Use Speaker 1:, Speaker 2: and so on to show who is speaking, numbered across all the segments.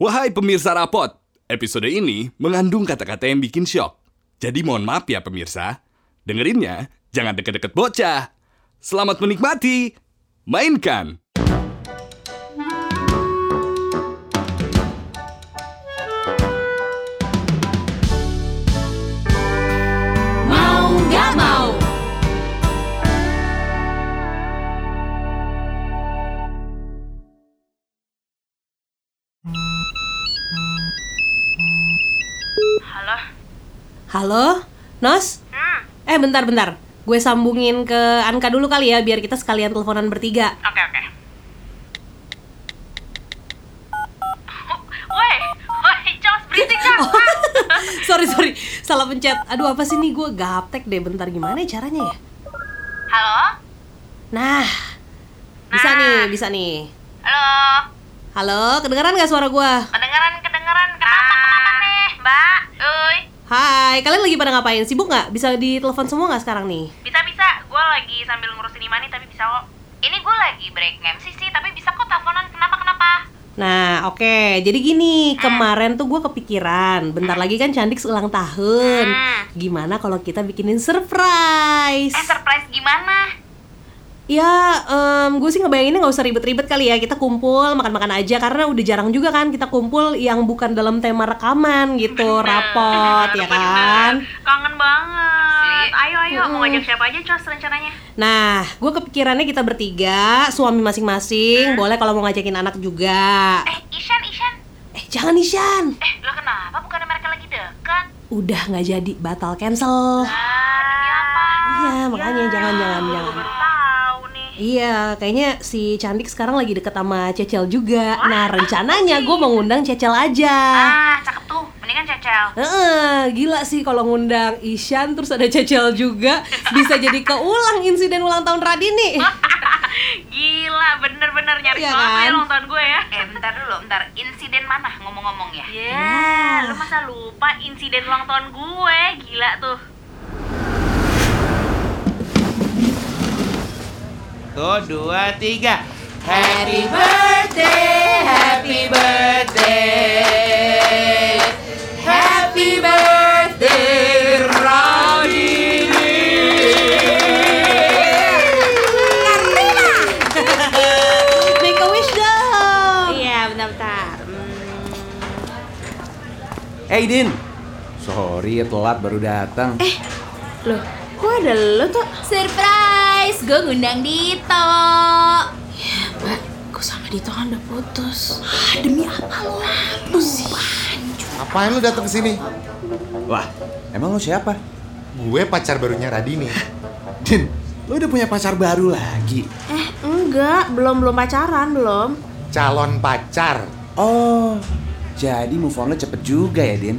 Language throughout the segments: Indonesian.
Speaker 1: Wahai pemirsa rapot, episode ini mengandung kata-kata yang bikin syok. Jadi mohon maaf ya pemirsa, dengerinnya jangan deket-deket bocah. Selamat menikmati, mainkan.
Speaker 2: Mau nggak mau,
Speaker 3: Halo?
Speaker 4: Halo, Nos?
Speaker 3: Hmm,
Speaker 4: Eh, bentar-bentar. Gue sambungin ke Anka dulu kali ya, biar kita sekalian teleponan bertiga.
Speaker 3: oke oke. Woi, woi, Charles berisik kan?
Speaker 4: sorry, sorry. Salah pencet. Aduh, apa sih nih? Gue gaptek deh. Bentar, gimana ya caranya ya?
Speaker 3: Halo?
Speaker 4: Nah, bisa
Speaker 3: Nah.
Speaker 4: nih, bisa nih.
Speaker 3: Halo?
Speaker 4: Halo, kedengeran gak suara gue?
Speaker 3: Kedengeran, kedengeran. Kenapa, kenapa nih? Ah. Mbak, uy.
Speaker 4: Hai, kalian lagi pada ngapain? Sibuk nggak? Bisa ditelepon semua nggak sekarang nih?
Speaker 3: Bisa-bisa, gue lagi sambil ngurusin Imani tapi bisa kok. Ini gue lagi break MC sih, tapi bisa kok teleponan. Kenapa-kenapa?
Speaker 4: Nah, oke. Jadi gini, kemarin tuh gue kepikiran. Bentar lagi kan Candik ulang tahun.
Speaker 3: Hmm.
Speaker 4: Gimana kalau kita bikinin surprise?
Speaker 3: Eh, surprise gimana?
Speaker 4: Ya, gue sih ngebayanginnya nggak usah ribet-ribet kali ya. Kita kumpul makan-makan aja karena udah jarang juga kan kita kumpul yang bukan dalam tema rekaman gitu, rapot ya
Speaker 3: Bener,
Speaker 4: kan.
Speaker 3: bener. Kangen banget. Ayo, ayo. Mau ngajak siapa aja, Charles, rencananya?
Speaker 4: Nah, gue kepikirannya kita bertiga, suami masing-masing, boleh kalau mau ngajakin anak juga.
Speaker 3: Eh, Ishan, Ishan.
Speaker 4: Eh, jangan Ishan.
Speaker 3: Eh, lo kenapa? Bukannya mereka lagi deket?
Speaker 4: Udah nggak jadi, batal cancel.
Speaker 3: Ah,
Speaker 4: Iya, makanya jangan jangan jangan.
Speaker 3: Baru tahu nih.
Speaker 4: Iya, kayaknya si Candik sekarang lagi deket sama Cecel juga. Nah, rencananya gue mau ngundang Cecel aja.
Speaker 3: iya. Ah, cakep tuh. Mendingan Cecel.
Speaker 4: Heeh, gila sih kalau ngundang Isyan terus ada Cecel juga bisa jadi keulang insiden ulang tahun Radini.
Speaker 3: Ah, Gila, bener-bener nyari
Speaker 4: Iya
Speaker 3: banget
Speaker 4: kan?
Speaker 3: ya nonton gue ya. Eh, bentar dulu, bentar. Insiden mana ngomong-ngomong ya? Ya, lu masa lupa insiden ulang tahun gue? Gila tuh.
Speaker 5: Satu, dua, tiga. Happy birthday, happy birthday, happy birthday,
Speaker 3: ah.
Speaker 4: Make a wish dong.
Speaker 3: Iya, bentar-bentar.
Speaker 5: Hey Din, sorry ya telat baru datang.
Speaker 2: loh, kok ada lo tuh? Surprise, gue ngundang Dito.
Speaker 4: Gue sama Dito kan udah putus.
Speaker 6: Ngapain lu datang ke sini?
Speaker 5: Wah, emang lo siapa?
Speaker 6: Gue pacar barunya Radini.
Speaker 5: Din, lo udah punya pacar baru lagi.
Speaker 2: Eh, enggak, belum belum pacaran belum.
Speaker 6: Calon pacar.
Speaker 5: Oh, jadi move on lo cepet juga ya Din.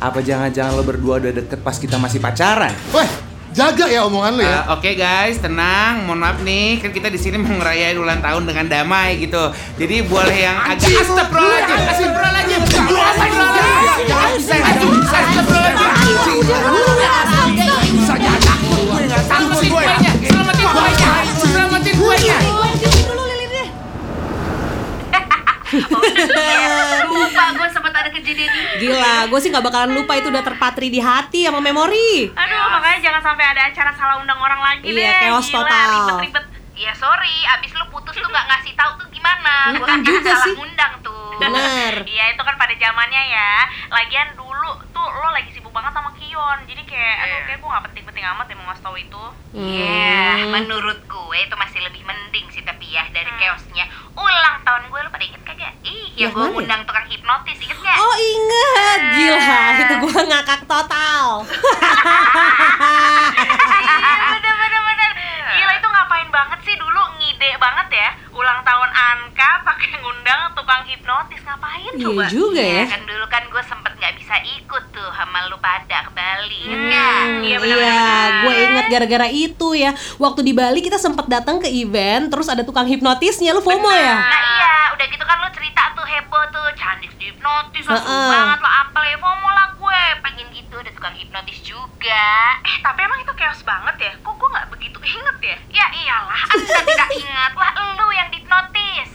Speaker 5: Apa jangan-jangan lo berdua udah deket pas kita masih pacaran?
Speaker 6: Weh, jaga ya omongan lu
Speaker 7: Eh,
Speaker 6: ya.
Speaker 7: Oke guys, tenang. Mohon maaf nih, kan kita di sini mau ngerayain ulang tahun dengan damai gitu. Jadi boleh yang agak astagfirullahaladzim, astagfirullahaladzim, astagfirullahaladzim. Jangan bisa, jangan bisa, astagfirullahaladzim. Selamatin kuenya, selamatin kuenya, selamatin kuenya.
Speaker 3: Lupa gue sempat ada kejadian ini.
Speaker 4: Gila, gue sih nggak bakalan lupa itu udah terpatri di hati sama memori.
Speaker 3: Aduh, makanya jangan sampai ada acara salah undang orang lagi deh.
Speaker 4: Iya, chaos
Speaker 3: Gila,
Speaker 4: total.
Speaker 3: Ribet-ribet. Ya sorry, abis lu putus lu nggak ngasih tahu tuh gimana? Gue
Speaker 4: Mm-mm,
Speaker 3: kan
Speaker 4: juga
Speaker 3: salah
Speaker 4: sih.
Speaker 3: ngundang tuh.
Speaker 4: Bener.
Speaker 3: Iya, itu kan pada zamannya ya. Lagian dulu tuh lo lagi sibuk banget sama Kion. Jadi kayak, aduh kayak gue nggak penting-penting amat ya mau ngasih tahu itu.
Speaker 4: Iya,
Speaker 3: menurut gue itu masih lebih mending sih tapi ya dari chaosnya. Ulang tahun gue lu pada inget kagak? Iya,
Speaker 4: Yang gua mana ya? ngundang
Speaker 3: tukang hipnotis, inget gak?
Speaker 4: Oh inget, gila itu gue ngakak total.
Speaker 3: Iya, bener bener bener Gila itu ngapain banget sih dulu ngide banget ya Ulang tahun Anka pakai ngundang tukang hipnotis Ngapain
Speaker 4: Iya
Speaker 3: coba?
Speaker 4: juga ya.
Speaker 3: Iya, kan dulu kan gue sempet nggak bisa ikut tuh sama lu pada ke Bali inget nggak?
Speaker 4: Hmm,
Speaker 3: Iya
Speaker 4: Iya,
Speaker 3: bener bener
Speaker 4: gue inget gara-gara itu ya. Waktu di Bali kita sempat datang ke event, terus ada tukang hipnotisnya, lu FOMO ya?
Speaker 3: Nah iya, udah gitu kan lo cerita tuh heboh tuh Candik di hipnotis, lo seru
Speaker 4: Heeh.
Speaker 3: banget lo apel ya FOMO lah gue Pengen gitu, ada tukang hipnotis juga Eh tapi emang itu chaos banget ya? Kok gue gak begitu inget ya? Ya iyalah, anda tidak ingat lah lo yang dihipnotis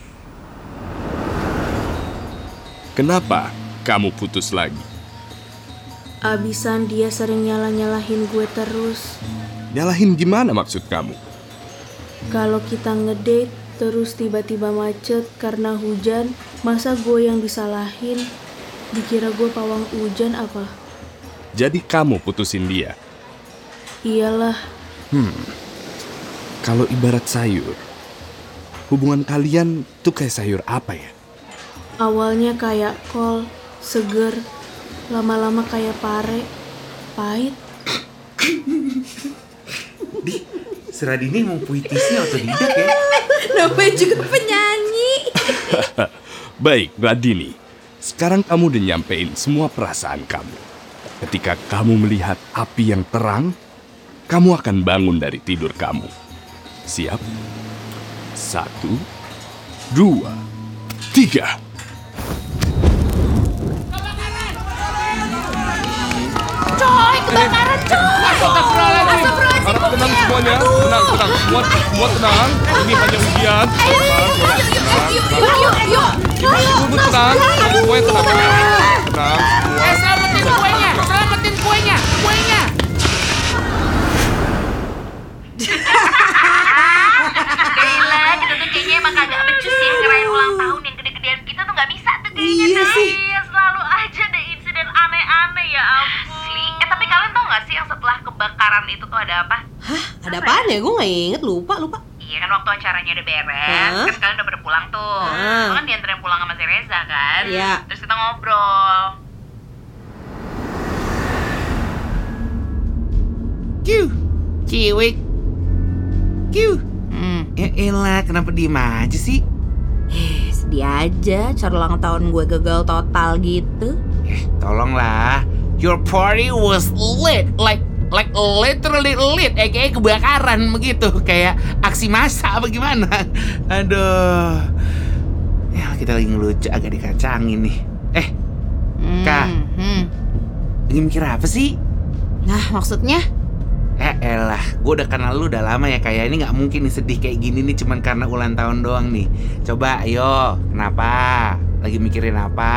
Speaker 1: Kenapa kamu putus lagi?
Speaker 8: Abisan dia sering nyala-nyalahin gue terus.
Speaker 1: Nyalahin gimana maksud kamu?
Speaker 8: Kalau kita ngedate terus tiba-tiba macet karena hujan, masa gue yang disalahin? Dikira gue pawang hujan apa?
Speaker 1: Jadi kamu putusin dia.
Speaker 8: Iyalah,
Speaker 1: Kalau ibarat sayur, hubungan kalian tuh kayak sayur apa ya?
Speaker 8: awalnya kayak kol, seger, lama-lama kayak pare, pahit.
Speaker 7: Si Radini mau puitisnya otodidak ya?
Speaker 2: Namanya juga penyanyi.
Speaker 1: Baik, Radini. Sekarang kamu udah nyampein semua perasaan kamu. Ketika kamu melihat api yang terang, kamu akan bangun dari tidur kamu. Siap? Satu, dua, tiga.
Speaker 2: Coy, kebakaran coy. Astagfirullahaladzim. ya.
Speaker 1: Harap tenang semuanya, tenang, tenang, semua, semua tenang. Ini hanya ujian.
Speaker 2: Ayo, ayo, ayo, ayo, ayo, ayo, ayo, ayo.
Speaker 1: Ibu tenang, semuanya tenang, tenang.
Speaker 7: Eh, selamatin kuenya! Selamatin kuenya! Kuenya!
Speaker 4: Ah,
Speaker 3: Gila, kita tuh kayaknya emang kagak becus ya ngerayain ulang tahun yang gede-gedean kita tuh nggak bisa tuh kayaknya
Speaker 4: Iya
Speaker 3: Nay.
Speaker 4: sih.
Speaker 3: Iya, selalu aja ada insiden aneh-aneh ya ampun. Asli. Eh tapi kalian tau nggak sih yang setelah kebakaran itu tuh ada apa?
Speaker 4: Ada apaan ya? Gue nggak inget, lupa, lupa.
Speaker 3: Iya kan waktu acaranya udah beres,
Speaker 4: Hah?
Speaker 3: kan kalian udah pada pulang tuh.
Speaker 4: Hah.
Speaker 3: Lo kan dianterin pulang sama si Reza kan?
Speaker 4: Iya.
Speaker 3: Terus kita ngobrol.
Speaker 7: Kiu! Ciwik! Kiu! Hmm, ya elah, kenapa diem aja sih?
Speaker 2: Eh, Sedih aja, cara ulang tahun gue gagal total gitu.
Speaker 7: Tolonglah, your party was lit, like like literally lit, eh kayak kebakaran begitu, kayak aksi massa apa gimana? Aduh, ya kita lagi ngelucu agak dikacangin nih. Eh, Kak.
Speaker 2: Hmm.
Speaker 7: lagi mikir apa sih?
Speaker 2: Nah, maksudnya?
Speaker 7: Eh elah, gue udah kenal lu udah lama ya kayak ini nggak mungkin nih sedih kayak gini nih cuman karena ulang tahun doang nih. Coba, ayo, kenapa? Lagi mikirin apa?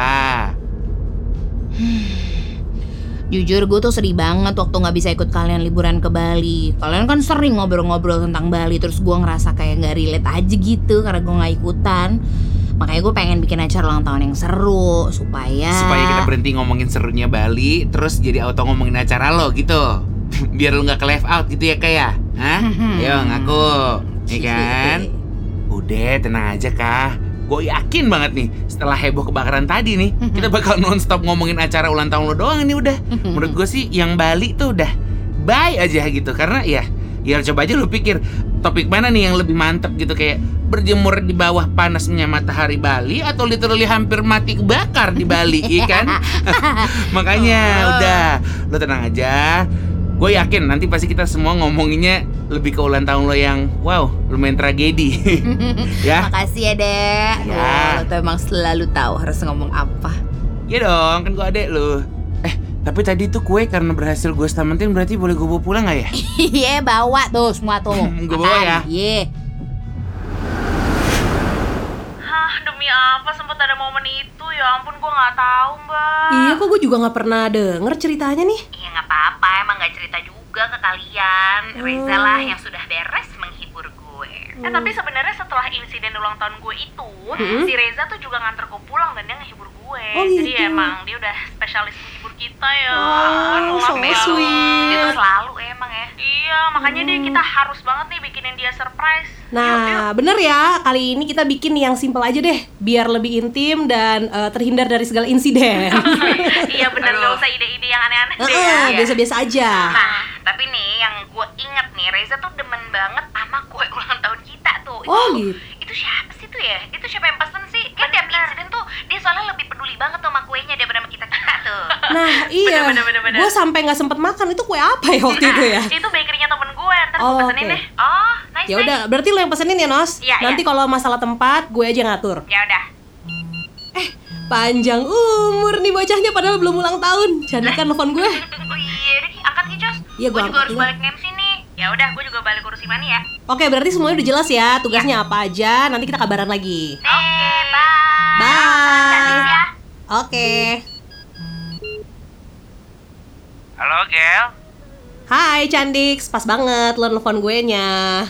Speaker 2: Jujur gue tuh sedih banget waktu nggak bisa ikut kalian liburan ke Bali. Kalian kan sering ngobrol-ngobrol tentang Bali, terus gue ngerasa kayak nggak relate aja gitu karena gue nggak ikutan. Makanya gue pengen bikin acara ulang tahun yang seru supaya.
Speaker 3: Iya.
Speaker 7: supaya kita berhenti ngomongin serunya Bali terus jadi auto ngomongin acara lo gitu biar lo nggak ke left out gitu ya kayak Hah? Ayo ngaku ya kan udah tenang aja kah gue yakin banget nih setelah heboh kebakaran tadi nih kita bakal nonstop ngomongin acara ulang tahun lo doang ini udah menurut gue sih yang Bali tuh udah bye aja gitu karena ya ya coba aja lu pikir topik mana nih yang lebih mantep gitu kayak berjemur di bawah panasnya matahari Bali atau literally hampir mati kebakar di Bali ikan makanya udah lo tenang aja gue yakin nanti pasti kita semua ngomonginnya lebih ke ulang tahun lo yang wow lumayan tragedi ya
Speaker 2: Makasih ya dek.
Speaker 7: Ya.
Speaker 2: Wah, Lo tuh emang selalu tahu harus ngomong apa.
Speaker 7: ya dong kan gue adek lo eh tapi tadi tuh kue karena berhasil gue selamatin berarti boleh gue bawa pulang gak ya
Speaker 2: Iya bawa tuh semua tuh.
Speaker 7: Gue bawa ya.
Speaker 2: Makan. Iya.
Speaker 3: Hah, demi apa sempet ada momen itu? Ya ampun, gue nggak tahu mbak.
Speaker 4: Iya, kok gue juga nggak pernah denger ceritanya nih.
Speaker 3: Iya nggak apa-apa, emang nggak cerita juga ke kalian.
Speaker 4: Hmm.
Speaker 3: Reza lah yang sudah beres menghibur gue. Eh tapi sebenarnya setelah insiden ulang tahun gue itu, si Reza tuh juga nganter gue pulang dan dia ngehibur gue.
Speaker 4: Hmm? Oh,
Speaker 3: Jadi
Speaker 4: gitu.
Speaker 3: emang dia udah spesialis menghibur kita ya.
Speaker 4: Wow, so
Speaker 3: Ampun,
Speaker 4: sweet. Hmm.
Speaker 3: Dia tuh selalu emang ya. Iya, makanya dia kita harus banget nih bikinin dia surprise. Yuk, yuk.
Speaker 4: Nah, bener ya, kali ini kita bikin yang simple aja deh, biar lebih intim dan eh, terhindar dari segala insiden.
Speaker 3: iya bener gak usah ide-ide yang aneh-aneh deh.
Speaker 4: Heeh,
Speaker 3: Iya.
Speaker 4: Biasa-biasa aja.
Speaker 3: Nah, tapi nih yang gue inget nih, Reza tuh demen banget sama kue ulang tahun kita tuh.
Speaker 4: Oh,
Speaker 3: Itu-
Speaker 4: gitu.
Speaker 3: Itu siapa sih tuh ya? Itu siapa yang pesen sih? Kan tiap insiden tuh dia soalnya lebih peduli banget tuh sama kuenya daripada sama kita-kita tuh.
Speaker 4: Nah, iya,
Speaker 3: Bener, bener, bener, bener.
Speaker 4: gue sampai nggak sempet makan itu kue apa ya waktu itu ya?
Speaker 3: Ah, Itu bakerynya temen gue, ntar
Speaker 4: Oh,
Speaker 3: gue pesenin
Speaker 4: oke.
Speaker 3: deh. Oh,
Speaker 4: Ya
Speaker 3: nice. nice.
Speaker 4: udah, berarti lo yang pesenin ya Nos.
Speaker 3: Iya,
Speaker 4: Nanti kalau masalah tempat, gue aja ngatur.
Speaker 3: Ya udah.
Speaker 4: Panjang umur nih bocahnya, padahal belum ulang tahun. Jadi kan nelfon gue.
Speaker 3: Oh iya, deh, angkat nih, Jos.
Speaker 4: Iya, gua
Speaker 3: Gua juga
Speaker 4: angkat
Speaker 3: harus
Speaker 4: dulu.
Speaker 3: balik MC nih. Ya udah, gue juga balik urus Imani ya.
Speaker 4: Oke, berarti semuanya udah jelas ya tugasnya apa aja. Nanti kita kabaran lagi.
Speaker 3: Oke, bye.
Speaker 4: Bye.
Speaker 3: Cantik ya.
Speaker 4: Oke.
Speaker 9: Halo, Gel.
Speaker 4: Hai Candix, pas banget lo nelfon gue nya.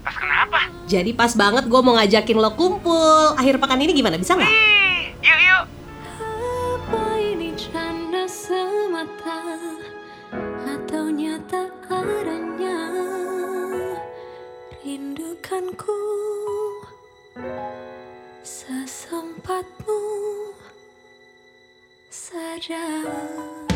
Speaker 9: Pas kenapa?
Speaker 4: Jadi pas banget gue mau ngajakin lo kumpul akhir pekan ini gimana bisa nggak?
Speaker 9: Ih, Yuk, yuk.
Speaker 8: Apa ini canda semata atau nyata adanya? Rindukanku sesempatmu saja.